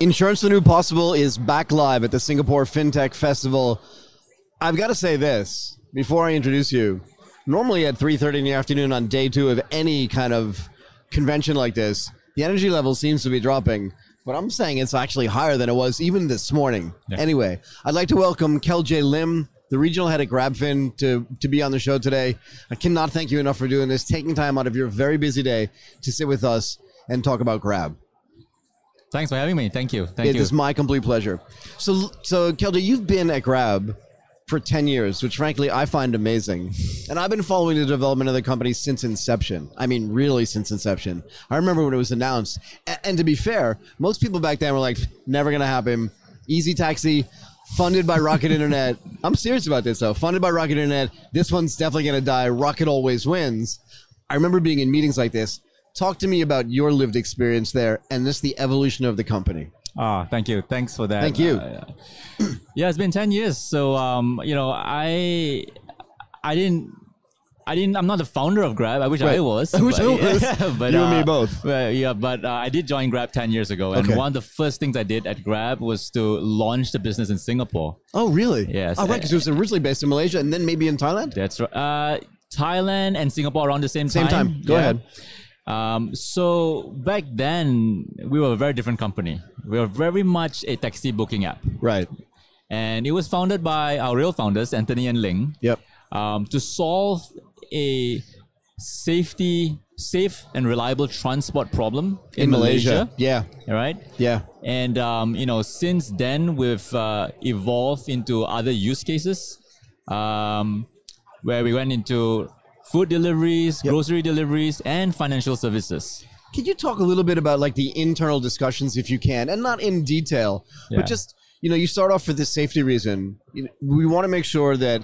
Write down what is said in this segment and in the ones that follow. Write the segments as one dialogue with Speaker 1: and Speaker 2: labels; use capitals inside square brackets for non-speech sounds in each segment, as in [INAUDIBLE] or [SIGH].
Speaker 1: Insurance the New Possible is back live at the Singapore FinTech Festival. I've got to say this before I introduce you. Normally at 3:30 in the afternoon on day 2 of any kind of convention like this, the energy level seems to be dropping, but I'm saying it's actually higher than it was even this morning.
Speaker 2: Yeah.
Speaker 1: Anyway, I'd like to welcome Kel J Lim, the regional head at GrabFin to to be on the show today. I cannot thank you enough for doing this, taking time out of your very busy day to sit with us and talk about Grab.
Speaker 2: Thanks for having me. Thank you. Thank
Speaker 1: It
Speaker 2: you.
Speaker 1: is my complete pleasure. So, so Kelda, you've been at Grab for 10 years, which frankly I find amazing. And I've been following the development of the company since inception. I mean, really since inception. I remember when it was announced. A- and to be fair, most people back then were like, never going to happen. Easy Taxi, funded by
Speaker 2: [LAUGHS]
Speaker 1: Rocket Internet. I'm serious about this though. Funded by Rocket Internet. This one's definitely going to die. Rocket always wins. I remember being in meetings like this. Talk to me about your lived experience there and this the evolution of the company.
Speaker 2: Ah, thank you. Thanks for that.
Speaker 1: Thank you.
Speaker 2: Uh, yeah. yeah, it's been ten years. So um, you know, I I didn't I didn't I'm not the founder of Grab. I wish
Speaker 1: Right.
Speaker 2: I was.
Speaker 1: [LAUGHS] I wish
Speaker 2: but,
Speaker 1: I was.
Speaker 2: [LAUGHS] but,
Speaker 1: You and me
Speaker 2: uh,
Speaker 1: both.
Speaker 2: but, yeah, but uh, I did join Grab ten years ago, and
Speaker 1: Okay.
Speaker 2: one of the first things I did at Grab was to launch the business in Singapore.
Speaker 1: Oh, really?
Speaker 2: Yes.
Speaker 1: Oh, right, because it was originally based in Malaysia and then maybe in Thailand.
Speaker 2: That's right. Uh, Thailand and Singapore around the same
Speaker 1: Same
Speaker 2: time.
Speaker 1: time. Go ahead.
Speaker 2: Um, so back then, we were a very different company. We were very much a taxi booking app,
Speaker 1: Right.
Speaker 2: and it was founded by our real founders, Anthony and Ling,
Speaker 1: Yep.
Speaker 2: um, to solve a safety, safe and reliable transport problem in,
Speaker 1: Yeah.
Speaker 2: All right.
Speaker 1: Yeah.
Speaker 2: And um, you know, since then we've uh, evolved into other use cases, um, where we went into food deliveries, grocery deliveries, and financial services.
Speaker 1: Could you talk a little bit about like the internal discussions, if you can, and not in detail,
Speaker 2: Yeah.
Speaker 1: but just you know, you start off for this safety reason. You know, We want to make sure that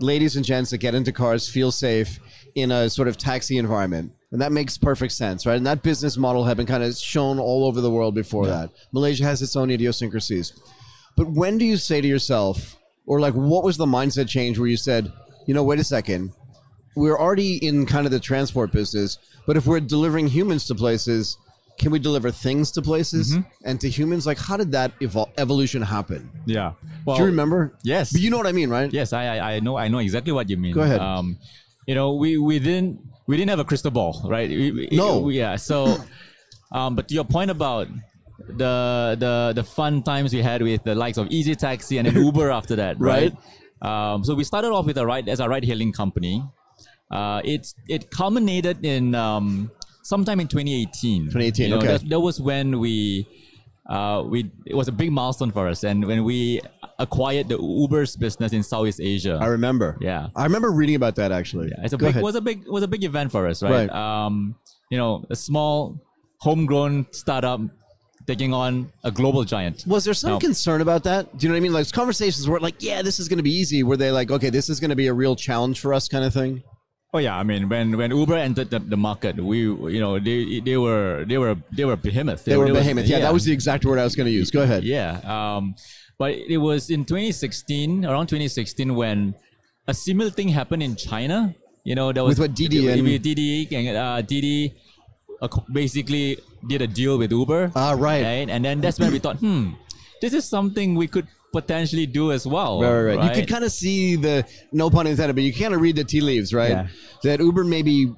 Speaker 1: ladies and gents that get into cars feel safe in a sort of taxi environment. And that makes perfect sense, right? And that business model had been kind of shown all over the world before that. Malaysia has its own idiosyncrasies. But when do you say to yourself, or like, what was the mindset change where you said, you know, wait a second, we're already in kind of the transport business, but if we're delivering humans to places, can we deliver things to places
Speaker 2: Mm-hmm.
Speaker 1: and to humans? Like, how did that evol- evolution happen?
Speaker 2: Yeah. Well,
Speaker 1: Do you remember?
Speaker 2: yes.
Speaker 1: But you know what I mean, right?
Speaker 2: Yes, I, I I know I know exactly what you mean.
Speaker 1: Go ahead.
Speaker 2: Um, you know, we we didn't we didn't have a crystal ball, right? We- we-
Speaker 1: No.
Speaker 2: we- yeah. So, [COUGHS] um, but to your point about the the the fun times we had with the likes of Easy
Speaker 1: [LAUGHS]
Speaker 2: Taxi and then Uber after that,
Speaker 1: Right.
Speaker 2: right? Um, so we started off with a ride as a ride hailing company. Uh, it's it culminated in um, sometime in 2018.
Speaker 1: 2018, okay.
Speaker 2: that's- that was when we uh, we it was a big milestone for us, and when we acquired the Uber's business in Southeast Asia,
Speaker 1: I remember.
Speaker 2: Yeah.
Speaker 1: I remember reading about that actually.
Speaker 2: yeah, it's a
Speaker 1: Go
Speaker 2: big
Speaker 1: ahead.
Speaker 2: was a big was a big event for us,
Speaker 1: Right.
Speaker 2: right? Um, you know, a small homegrown startup taking on a global giant.
Speaker 1: Was there some
Speaker 2: No.
Speaker 1: concern about that? Do you know what I mean? Like conversations were like, yeah, this is going to be easy. Were they like, okay, this is going to be a real challenge for us, kind of thing?
Speaker 2: Oh yeah, I mean when, when Uber entered the, the market, we you know they they were they were they were behemoth.
Speaker 1: They were behemoth. Yeah, that was the exact word I was going to use. Go ahead.
Speaker 2: Yeah. Um, but it was in 2016, around 2016, when a similar thing happened in China. You know, there was
Speaker 1: With what DiDi and-
Speaker 2: with DiDi and uh, DiDi uh, co- basically did a deal with Uber.
Speaker 1: Ah, right.
Speaker 2: And then that's when we thought, hmm, this is something we could potentially do as well.
Speaker 1: Right, right, right. You could kind of see the no pun intended, but you kind of read the tea leaves, right?
Speaker 2: Yeah.
Speaker 1: That Uber maybe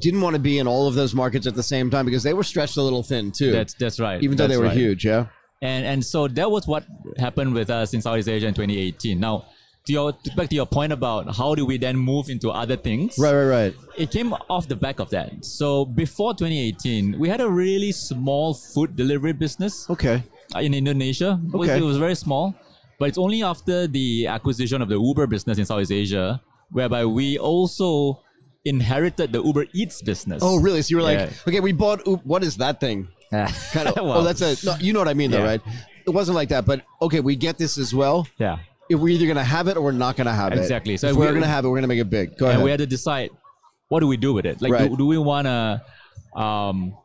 Speaker 1: didn't want to be in all of those markets at the same time because they were stretched a little thin too.
Speaker 2: That's that's right.
Speaker 1: even though they
Speaker 2: That's
Speaker 1: were
Speaker 2: right.
Speaker 1: huge, yeah.
Speaker 2: And and so that was what happened with us in Southeast Asia in 2018. Now, to your to- back to your point about how do we then move into other things?
Speaker 1: Right, right, right.
Speaker 2: it came off the back of that. So before 2018, we had a really small food delivery business
Speaker 1: Okay.
Speaker 2: in Indonesia. It was-
Speaker 1: Okay.
Speaker 2: It was very small, but it's only after the acquisition of the Uber business in Southeast Asia, whereby we also inherited the Uber Eats business.
Speaker 1: Oh, really? So you were like,
Speaker 2: Yeah.
Speaker 1: okay, we bought. Oop, What is that
Speaker 2: [LAUGHS]
Speaker 1: thing? Kind of.
Speaker 2: Well,
Speaker 1: oh, that's a. No, you know what I mean, though,
Speaker 2: Yeah.
Speaker 1: right? It wasn't like that, but okay, we get this as well.
Speaker 2: [LAUGHS] yeah.
Speaker 1: If We're either gonna have it or we're not gonna have it.
Speaker 2: Exactly. So
Speaker 1: So if
Speaker 2: we-
Speaker 1: we're gonna have it, we're gonna make it big. Go ahead.
Speaker 2: and we had to decide what do we do with it like
Speaker 1: Right.
Speaker 2: do, do we want to um,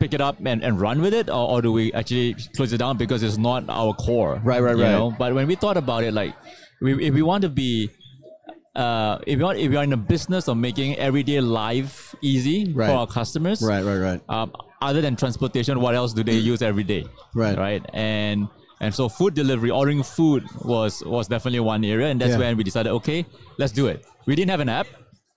Speaker 2: pick it up and, and run with it or, or do we actually close it down because it's not our core
Speaker 1: Right, right,
Speaker 2: you
Speaker 1: right.
Speaker 2: know? but when we thought about it like we, if we want to be uh, if, we want, if we are in the business of making everyday life easy
Speaker 1: Right.
Speaker 2: for our customers
Speaker 1: right, right, right.
Speaker 2: um, other than transportation, what else do they use every day?
Speaker 1: Right.
Speaker 2: Right. And and so food delivery, ordering food was was definitely one area, and that's
Speaker 1: Yeah.
Speaker 2: when we decided, okay, let's do it. We didn't have an app.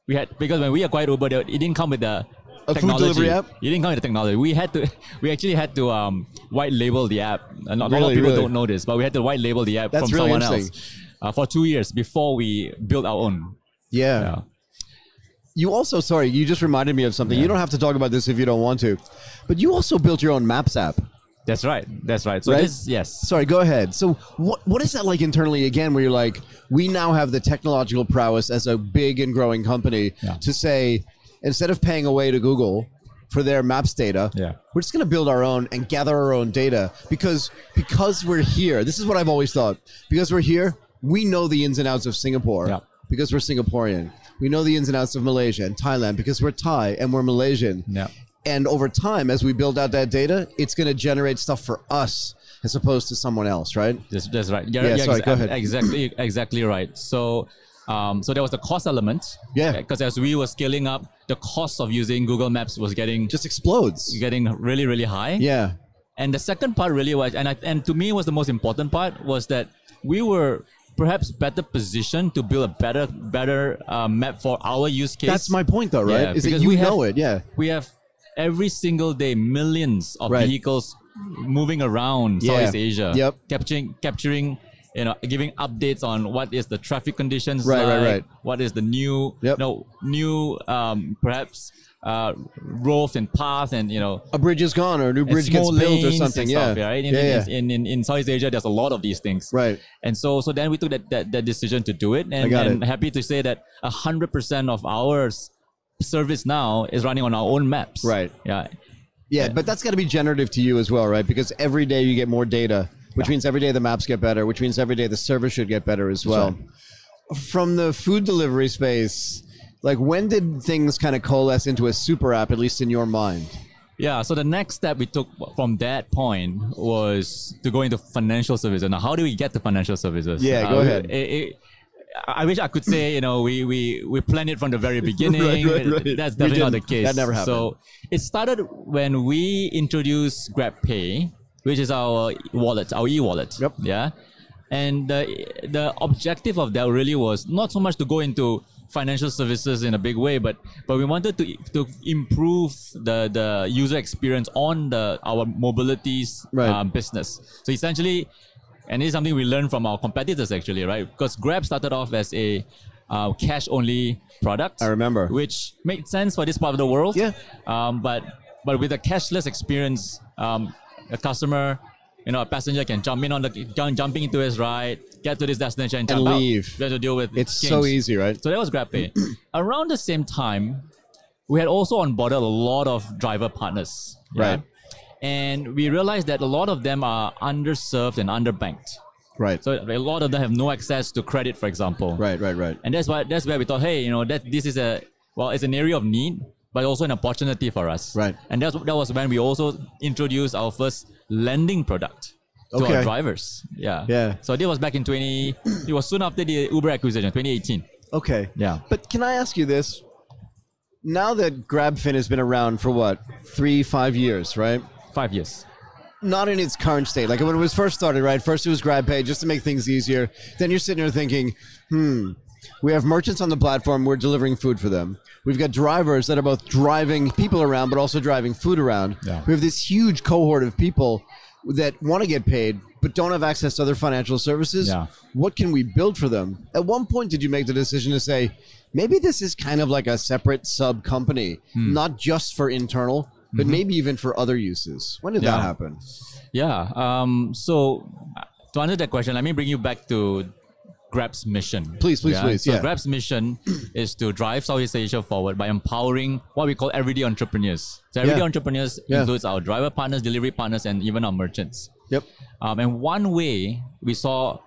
Speaker 2: We had because when we acquired Uber, there- it didn't come with the
Speaker 1: A food
Speaker 2: technology.
Speaker 1: delivery app?
Speaker 2: It didn't come with the technology. We had to, [LAUGHS] we actually had to um, white label the app. A lot, a lot
Speaker 1: Really,
Speaker 2: of people
Speaker 1: really?
Speaker 2: don't know this, but we had to white label the app
Speaker 1: That's
Speaker 2: from
Speaker 1: really
Speaker 2: someone
Speaker 1: interesting.
Speaker 2: else uh, for two years before we built our own.
Speaker 1: Yeah.
Speaker 2: Yeah.
Speaker 1: You also, sorry, you just reminded me of something. You don't have to talk about this if you don't want to, but you also built your own Maps app.
Speaker 2: That's right. That's right. So
Speaker 1: Right?
Speaker 2: this, yes.
Speaker 1: Sorry, go ahead. So, what what is that like internally again, where you're like, we now have the technological prowess as a big and growing company
Speaker 2: Yeah.
Speaker 1: to say, instead of paying away to Google for their maps data,
Speaker 2: Yeah.
Speaker 1: we're just going to build our own and gather our own data because because we're here. This is what I've always thought. Because we're here, we know the ins and outs of Singapore
Speaker 2: Yeah.
Speaker 1: because we're Singaporean. We know the ins and outs of Malaysia and Thailand because we're Thai and we're Malaysian.
Speaker 2: Yeah.
Speaker 1: And over time, as we build out that data, it's going to generate stuff for us as opposed to someone else, right?
Speaker 2: That's, that's right.
Speaker 1: Yeah, sorry, go ahead.
Speaker 2: Exactly, exactly right. So, um, so there was the cost element.
Speaker 1: Yeah.
Speaker 2: Because as we were scaling up, the cost of using Google Maps was getting
Speaker 1: Just explodes.
Speaker 2: getting really, really high.
Speaker 1: Yeah.
Speaker 2: And the second part really was, and I, and to me was the most important part was that we were perhaps better positioned to build a better better uh, map for our use case.
Speaker 1: That's my point, though, right?
Speaker 2: Yeah,
Speaker 1: is that
Speaker 2: because
Speaker 1: you
Speaker 2: we have-
Speaker 1: know it, yeah.
Speaker 2: we have every single day millions of
Speaker 1: Right.
Speaker 2: vehicles moving around
Speaker 1: Yeah.
Speaker 2: Southeast Asia.
Speaker 1: Yep.
Speaker 2: Capturing capturing you know, giving updates on what is the traffic conditions
Speaker 1: Right, right,
Speaker 2: like,
Speaker 1: right.
Speaker 2: what is the new,
Speaker 1: Yep.
Speaker 2: no, new, um, perhaps uh, roads and paths, and you know,
Speaker 1: A bridge is gone, or a new
Speaker 2: and
Speaker 1: bridge gets
Speaker 2: small
Speaker 1: built, or
Speaker 2: lanes and
Speaker 1: something.
Speaker 2: stuff,
Speaker 1: yeah.
Speaker 2: right. In,
Speaker 1: yeah,
Speaker 2: in,
Speaker 1: yeah.
Speaker 2: In, in in Southeast Asia, there's a lot of these things.
Speaker 1: Right.
Speaker 2: And so so then we took that that, that decision to do it, and,
Speaker 1: I got
Speaker 2: and
Speaker 1: it.
Speaker 2: happy to say that hundred percent of our s- service now is running on our own maps.
Speaker 1: Right.
Speaker 2: Yeah.
Speaker 1: yeah, but that's got to be generative to you as well, right? Because every day you get more data, which means every day the maps get better, which means every day the service should get better as well. From the food delivery space, like when did things kind of coalesce into a super app, at least in your mind?
Speaker 2: Yeah. So the next step we took from that point was to go into financial services. Now, how do we get to financial services? Uh,
Speaker 1: Yeah, go
Speaker 2: we-
Speaker 1: ahead.
Speaker 2: it- it- I wish I could say you know we we we planned it from the very beginning.
Speaker 1: [LAUGHS] right, right.
Speaker 2: That's
Speaker 1: We
Speaker 2: definitely not the
Speaker 1: didn't.
Speaker 2: case.
Speaker 1: That never
Speaker 2: So it started when we introduced GrabPay, which is our wallet, our e-wallet.
Speaker 1: Yep.
Speaker 2: Yeah. And the the objective of that really was not so much to go into financial services in a big way, but but we wanted to to improve the the user experience on the our mobilities
Speaker 1: Right.
Speaker 2: um, business. So essentially, and this is something we learned from our competitors actually, right? Because Grab started off as a uh, cash only product.
Speaker 1: I remember.
Speaker 2: Which made sense for this part of the world.
Speaker 1: Yeah.
Speaker 2: Um, but but with a cashless experience, um, a customer, you know, a passenger can jump in on the jump, jumping into his ride, get to this destination, and, jump out.
Speaker 1: leave.
Speaker 2: You have to deal with
Speaker 1: It's
Speaker 2: change.
Speaker 1: so easy, right?
Speaker 2: So that was
Speaker 1: [CLEARS THROAT]
Speaker 2: GrabPay. Around the same time, we had also onboarded a lot of driver partners. yeah?
Speaker 1: Right.
Speaker 2: And we realized that a lot of them are underserved and underbanked.
Speaker 1: Right.
Speaker 2: So a lot of them have no access to credit, for example.
Speaker 1: right, right, right.
Speaker 2: And that's why that's where we thought, hey, you know, that this is a well, it's an area of need, but also an opportunity for us.
Speaker 1: Right.
Speaker 2: And that's that was when we also introduced our first lending product to
Speaker 1: Okay.
Speaker 2: our drivers. Yeah.
Speaker 1: Yeah.
Speaker 2: So this was back in twenty. it was soon after the Uber acquisition, twenty eighteen.
Speaker 1: Okay.
Speaker 2: Yeah.
Speaker 1: But can I ask you this? Now that GrabFin has been around for what, three, five years, right?
Speaker 2: Five years.
Speaker 1: Not in its current state. Like when it was first started, right? First it was GrabPay just to make things easier. Then you're sitting there thinking, hmm, we have merchants on the platform, we're delivering food for them. We've got drivers that are both driving people around, but also driving food around.
Speaker 2: Yeah.
Speaker 1: We have this huge cohort of people that want to get paid, but don't have access to other financial services
Speaker 2: Yeah.
Speaker 1: what can we build for them? At one point, did you make the decision to say, maybe this is kind of like a separate sub company,
Speaker 2: Hmm.
Speaker 1: not just for internal, but maybe even for other uses? When did that
Speaker 2: Mm-hmm. Yeah.
Speaker 1: happen?
Speaker 2: Yeah. Um, so uh, to answer that question, let me bring you back to Grab's mission.
Speaker 1: Please, please, please,
Speaker 2: So
Speaker 1: yeah.
Speaker 2: Grab's mission [CLEARS THROAT] is to drive Southeast Asia forward by empowering what we call everyday entrepreneurs. So everyday
Speaker 1: Yeah.
Speaker 2: entrepreneurs
Speaker 1: Yeah.
Speaker 2: includes our driver partners, delivery partners, and even our merchants.
Speaker 1: Yep.
Speaker 2: Um, and one way we saw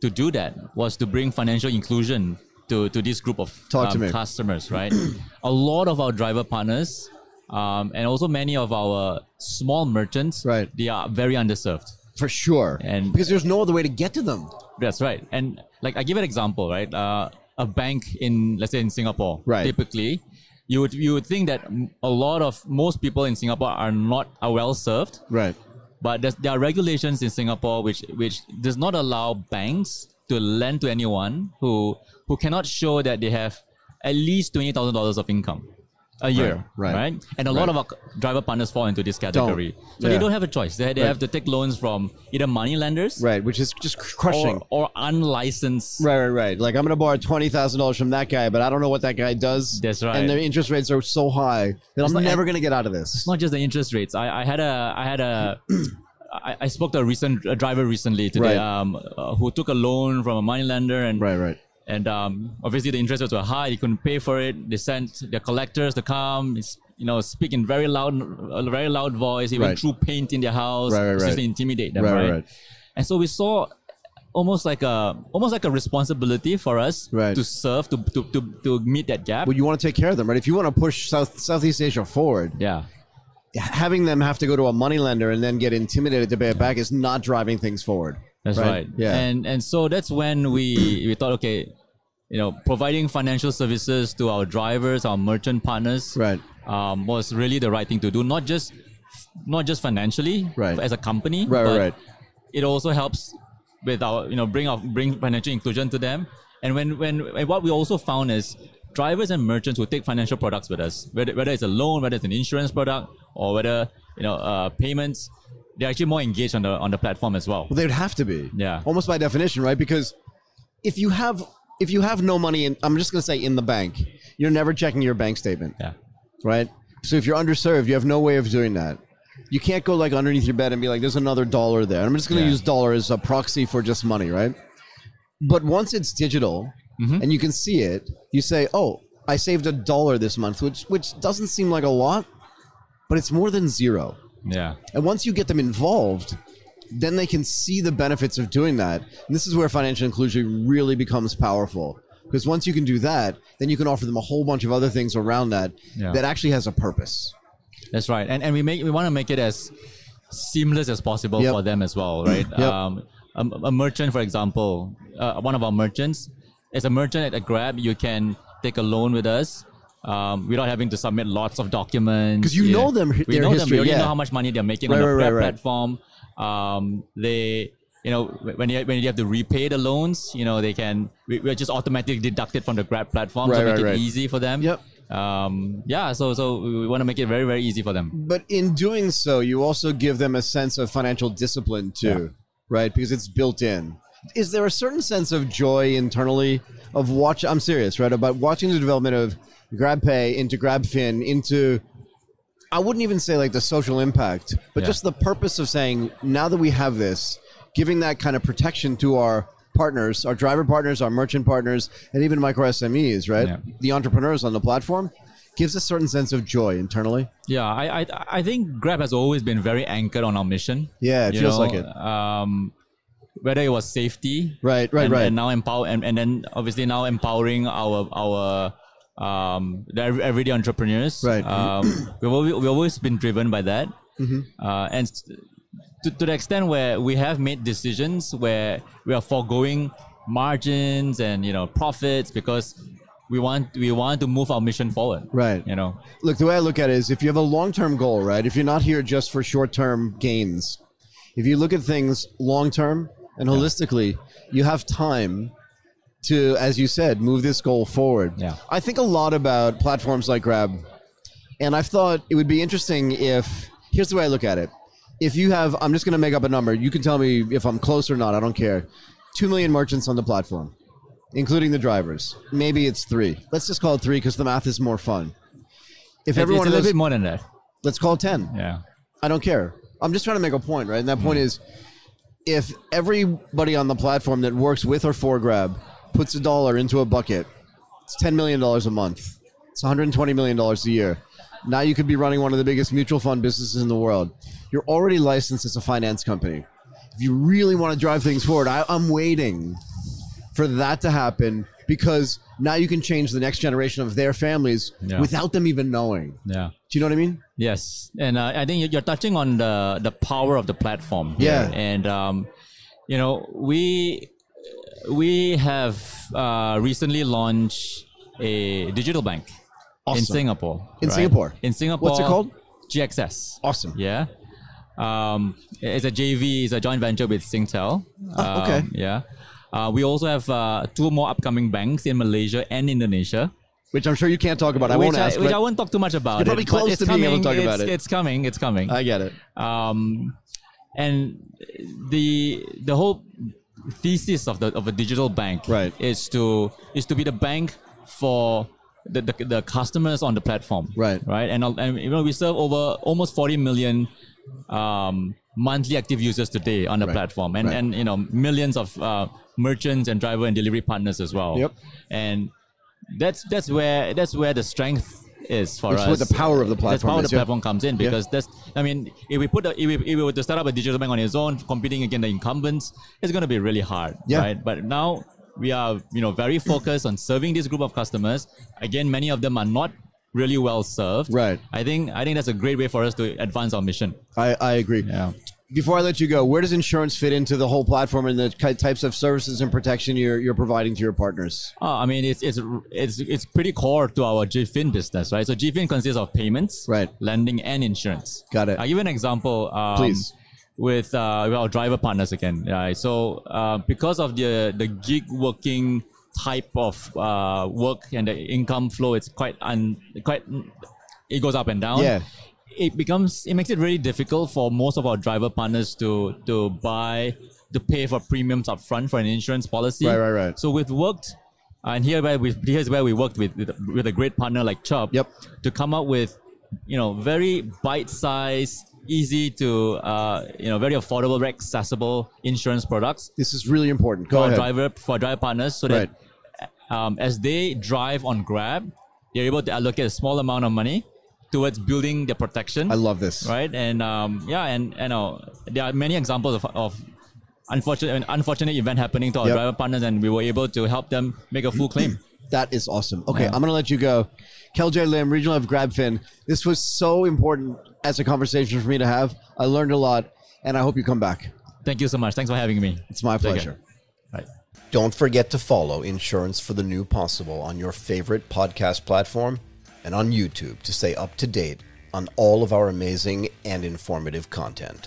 Speaker 2: to do that was to bring financial inclusion to, to this group of um,
Speaker 1: Talk to me. [CLEARS THROAT]
Speaker 2: customers, right? a lot of our driver partners um, and also many of our small merchants,
Speaker 1: Right.
Speaker 2: they are very underserved.
Speaker 1: For sure.
Speaker 2: And-
Speaker 1: because there's no other way to get to them.
Speaker 2: That's right. And like I give an example, right? Uh, a bank in let's say in Singapore,
Speaker 1: Right.
Speaker 2: typically you would you would think that a lot of most people in Singapore are not are well served,
Speaker 1: Right.
Speaker 2: but there's, there are regulations in Singapore which which does not allow banks to lend to anyone who who cannot show that they have at least twenty thousand dollars of income a year,
Speaker 1: right,
Speaker 2: And a lot
Speaker 1: right.
Speaker 2: of our c- driver partners fall into this category,
Speaker 1: Yeah.
Speaker 2: so they don't have a choice. They, they
Speaker 1: Right.
Speaker 2: have to take loans from either money lenders
Speaker 1: Right, which is just cr- crushing.
Speaker 2: or, or unlicensed.
Speaker 1: Right, right, right. Like I'm gonna borrow twenty thousand dollars from that guy, but I don't know what that guy does.
Speaker 2: That's right.
Speaker 1: And their interest rates are so high that I'm
Speaker 2: like-
Speaker 1: never gonna get out of this.
Speaker 2: It's not just the interest rates. I, I had a I had a [CLEARS THROAT] I, I spoke to a recent a driver recently today
Speaker 1: Right.
Speaker 2: um, uh, who took a loan from a money lender and
Speaker 1: right, right.
Speaker 2: and um, obviously the interest rates were high. He couldn't pay for it. They sent their collectors to come. It's, you know, speak in very loud, a very loud voice. He
Speaker 1: Right.
Speaker 2: went through paint in their house
Speaker 1: Right, right,
Speaker 2: just to
Speaker 1: right.
Speaker 2: intimidate them,
Speaker 1: Right,
Speaker 2: right,
Speaker 1: right, right.
Speaker 2: And so we saw almost like a almost like a responsibility for us
Speaker 1: Right.
Speaker 2: to serve to to, to to meet that gap.
Speaker 1: Well, you want to take care of them, right? If you want to push South Southeast Asia forward,
Speaker 2: yeah.
Speaker 1: having them have to go to a moneylender and then get intimidated to pay it back is not driving things forward.
Speaker 2: That's right.
Speaker 1: Yeah.
Speaker 2: And and so that's when we we thought, okay, you know, providing financial services to our drivers, our merchant partners,
Speaker 1: Right.
Speaker 2: um, was really the right thing to do. Not just not just financially,
Speaker 1: Right.
Speaker 2: as a company,
Speaker 1: Right, right,
Speaker 2: but
Speaker 1: right.
Speaker 2: It also helps with our you know bring our bring financial inclusion to them. And when when and what we also found is drivers and merchants who take financial products with us, whether whether it's a loan, whether it's an insurance product, or whether you know uh, payments. They're actually more engaged on the on the platform as well.
Speaker 1: Well, they would have to be.
Speaker 2: Yeah.
Speaker 1: Almost by definition, right? Because if you have if you have no money in, I'm just gonna say in the bank, you're never checking your bank statement.
Speaker 2: Yeah.
Speaker 1: right? So if you're underserved, you have no way of doing that. You can't go like underneath your bed and be like, "There's another dollar there." I'm just going to
Speaker 2: Yeah.
Speaker 1: use dollar as a proxy for just money, right? But once it's digital and you can see it, you say, "Oh, I saved a dollar this month," which which doesn't seem like a lot, but it's more than zero.
Speaker 2: Yeah.
Speaker 1: And once you get them involved, then they can see the benefits of doing that. And this is where financial inclusion really becomes powerful. Because once you can do that, then you can offer them a whole bunch of other things around that
Speaker 2: Yeah.
Speaker 1: that actually has a purpose.
Speaker 2: That's right. And and we make we want to make it as seamless as possible
Speaker 1: Yep.
Speaker 2: for them as well, right?
Speaker 1: Yep.
Speaker 2: Um, a, a merchant, for example, uh, one of our merchants, as a merchant at a Grab, you can take a loan with us. Um, without having to submit lots of documents
Speaker 1: 'Cause you
Speaker 2: Yeah.
Speaker 1: know them,
Speaker 2: we
Speaker 1: their
Speaker 2: know
Speaker 1: history,
Speaker 2: them we already
Speaker 1: yeah.
Speaker 2: know how much money they're making
Speaker 1: Right,
Speaker 2: on the
Speaker 1: right,
Speaker 2: Grab
Speaker 1: right, right.
Speaker 2: platform um, they you know wh- when you when you have to repay the loans you know they can we, we're just automatically deducted from the Grab platform
Speaker 1: Right,
Speaker 2: to make
Speaker 1: right,
Speaker 2: it
Speaker 1: right.
Speaker 2: easy for them
Speaker 1: Yep.
Speaker 2: um, yeah so so we want to make it very very easy for them
Speaker 1: But in doing so, you also give them a sense of financial discipline too, right? Because it's built in. Is there a certain sense of joy internally of watch? I'm serious, right? About watching the development of GrabPay into GrabFin into I wouldn't even say like the social impact, but
Speaker 2: Yeah.
Speaker 1: just the purpose of saying now that we have this, giving that kind of protection to our partners, our driver partners, our merchant partners, and even micro SMEs, right?
Speaker 2: Yeah.
Speaker 1: The entrepreneurs on the platform gives a certain sense of joy internally.
Speaker 2: Yeah, I, I I think Grab has always been very anchored on our mission.
Speaker 1: Yeah, it
Speaker 2: You
Speaker 1: feels
Speaker 2: know,
Speaker 1: like it.
Speaker 2: Um, whether it was safety,
Speaker 1: Right, right,
Speaker 2: and,
Speaker 1: right.
Speaker 2: and now empower, and, and then obviously now empowering our our um the ev- everyday entrepreneurs.
Speaker 1: Right. Mm-hmm.
Speaker 2: Um, [CLEARS THROAT] we've always, we've always been driven by that, uh, and s- to, to the extent where we have made decisions where we are foregoing margins and you know profits because we want we want to move our mission forward.
Speaker 1: Right.
Speaker 2: You know.
Speaker 1: Look, the way I look at it is if you have a long term goal, right? If you're not here just for short term gains, if you look at things long term and holistically, you have time to, as you said, move this goal forward.
Speaker 2: Yeah.
Speaker 1: I think a lot about platforms like Grab, and I've thought it would be interesting if, here's the way I look at it. If you have, I'm just going to make up a number. You can tell me if I'm close or not. I don't care. 2 million merchants on the platform, including the drivers. Maybe it's three. Let's just call it three because the math is more fun. If
Speaker 2: It's-
Speaker 1: everyone
Speaker 2: it's a little
Speaker 1: lives-
Speaker 2: bit more than that.
Speaker 1: let's call it 10.
Speaker 2: Yeah.
Speaker 1: I don't care. I'm just trying to make a point, right? And that point is if everybody on the platform that works with or for Grab puts a dollar into a bucket, it's $10 million a month, it's $120 million a year. Now you could be running one of the biggest mutual fund businesses in the world. You're already licensed as a finance company. If you really want to drive things forward, I, I'm waiting for that to happen because now you can change the next generation of their families
Speaker 2: Yeah.
Speaker 1: without them even knowing.
Speaker 2: Yeah.
Speaker 1: Do you know what I mean?
Speaker 2: Yes, and uh, I think you- you're touching on the the power of the platform. here.
Speaker 1: Yeah.
Speaker 2: and um, you know we we have uh, recently launched a digital bank.
Speaker 1: Awesome.
Speaker 2: in Singapore.
Speaker 1: In Singapore.
Speaker 2: In Singapore.
Speaker 1: What's it called?
Speaker 2: GXS.
Speaker 1: Awesome.
Speaker 2: Yeah. Um, it's a JV, it's a joint venture with Singtel.
Speaker 1: Ah, okay.
Speaker 2: Um, yeah. Uh, we also have uh, two more upcoming banks in Malaysia and Indonesia.
Speaker 1: Which I'm sure you can't talk about. I
Speaker 2: which
Speaker 1: won't
Speaker 2: I,
Speaker 1: ask.
Speaker 2: which
Speaker 1: but
Speaker 2: I won't talk too much about.
Speaker 1: You're probably
Speaker 2: it, but
Speaker 1: close
Speaker 2: it's
Speaker 1: to being able to
Speaker 2: coming,
Speaker 1: talk about
Speaker 2: it's-
Speaker 1: it.
Speaker 2: It's coming. It's coming
Speaker 1: I get it.
Speaker 2: um, and the the whole thesis of the of a digital bank
Speaker 1: Right.
Speaker 2: is to is to be the bank for the, the, the customers on the platform
Speaker 1: Right.
Speaker 2: right and, and you know we serve over almost 40 million um, monthly active users today on the
Speaker 1: Right.
Speaker 2: platform and
Speaker 1: Right.
Speaker 2: and you know millions of uh, merchants and driver and delivery partners as well
Speaker 1: Yep.
Speaker 2: and that's that's where that's where the strength is for
Speaker 1: Which is
Speaker 2: us
Speaker 1: where the power of the
Speaker 2: that's how
Speaker 1: platform
Speaker 2: the
Speaker 1: is, yeah.
Speaker 2: platform comes in because that's I mean if we put a, if, we, if we were to start up a digital bank on its own competing against the incumbents it's going to be really hard
Speaker 1: Yeah.
Speaker 2: right but now we are you know very focused on serving this group of customers again many of them are not really well served
Speaker 1: Right.
Speaker 2: I think I think that's a great way for us to advance our mission
Speaker 1: I, I agree.
Speaker 2: yeah
Speaker 1: Before I let you go, where does insurance fit into the whole platform and the ki- types of services and protection you're, you're providing to your partners?
Speaker 2: Oh, I mean, it's, it's it's it's pretty core to our GFIN business, right? So GFIN consists of payments,
Speaker 1: Right.
Speaker 2: lending, and insurance.
Speaker 1: Got it.
Speaker 2: I'll give you an example. Um,
Speaker 1: Please.
Speaker 2: With, uh, with our driver partners again, right? So uh, because of the the gig working type of uh, work and the income flow, it's quite un quite it goes up and down.
Speaker 1: Yeah.
Speaker 2: It becomes it makes it really difficult for most of our driver partners to to buy to pay for premiums upfront for an insurance policy.
Speaker 1: Right, right, right.
Speaker 2: So we've worked, and here where we here's where we worked with with, with a great partner like Chubb
Speaker 1: Yep.
Speaker 2: to come up with, you know, very bite-sized, easy to uh, you know, very affordable, very accessible insurance products
Speaker 1: This is really important. Go
Speaker 2: for our
Speaker 1: ahead.
Speaker 2: driver for our driver partners, so
Speaker 1: Right.
Speaker 2: that um, as they drive on Grab, they're able to allocate a small amount of money towards building their protection
Speaker 1: I love this.
Speaker 2: right and um, yeah and you know there are many examples of, of unfortunate an unfortunate event happening to our
Speaker 1: Yep.
Speaker 2: driver partners and we were able to help them make a full claim
Speaker 1: That is awesome. Okay,
Speaker 2: Yeah.
Speaker 1: I'm gonna let you go. Kel J Lim, regional of GrabFin. This was so important as a conversation for me to have. I learned a lot, and I hope you come back.
Speaker 2: thank you so much thanks for having me
Speaker 1: It's my
Speaker 2: Take care.
Speaker 1: pleasure.
Speaker 2: Bye.
Speaker 3: Don't forget to follow Insurance for the New Possible on your favorite podcast platform and on YouTube to stay up to date on all of our amazing and informative content.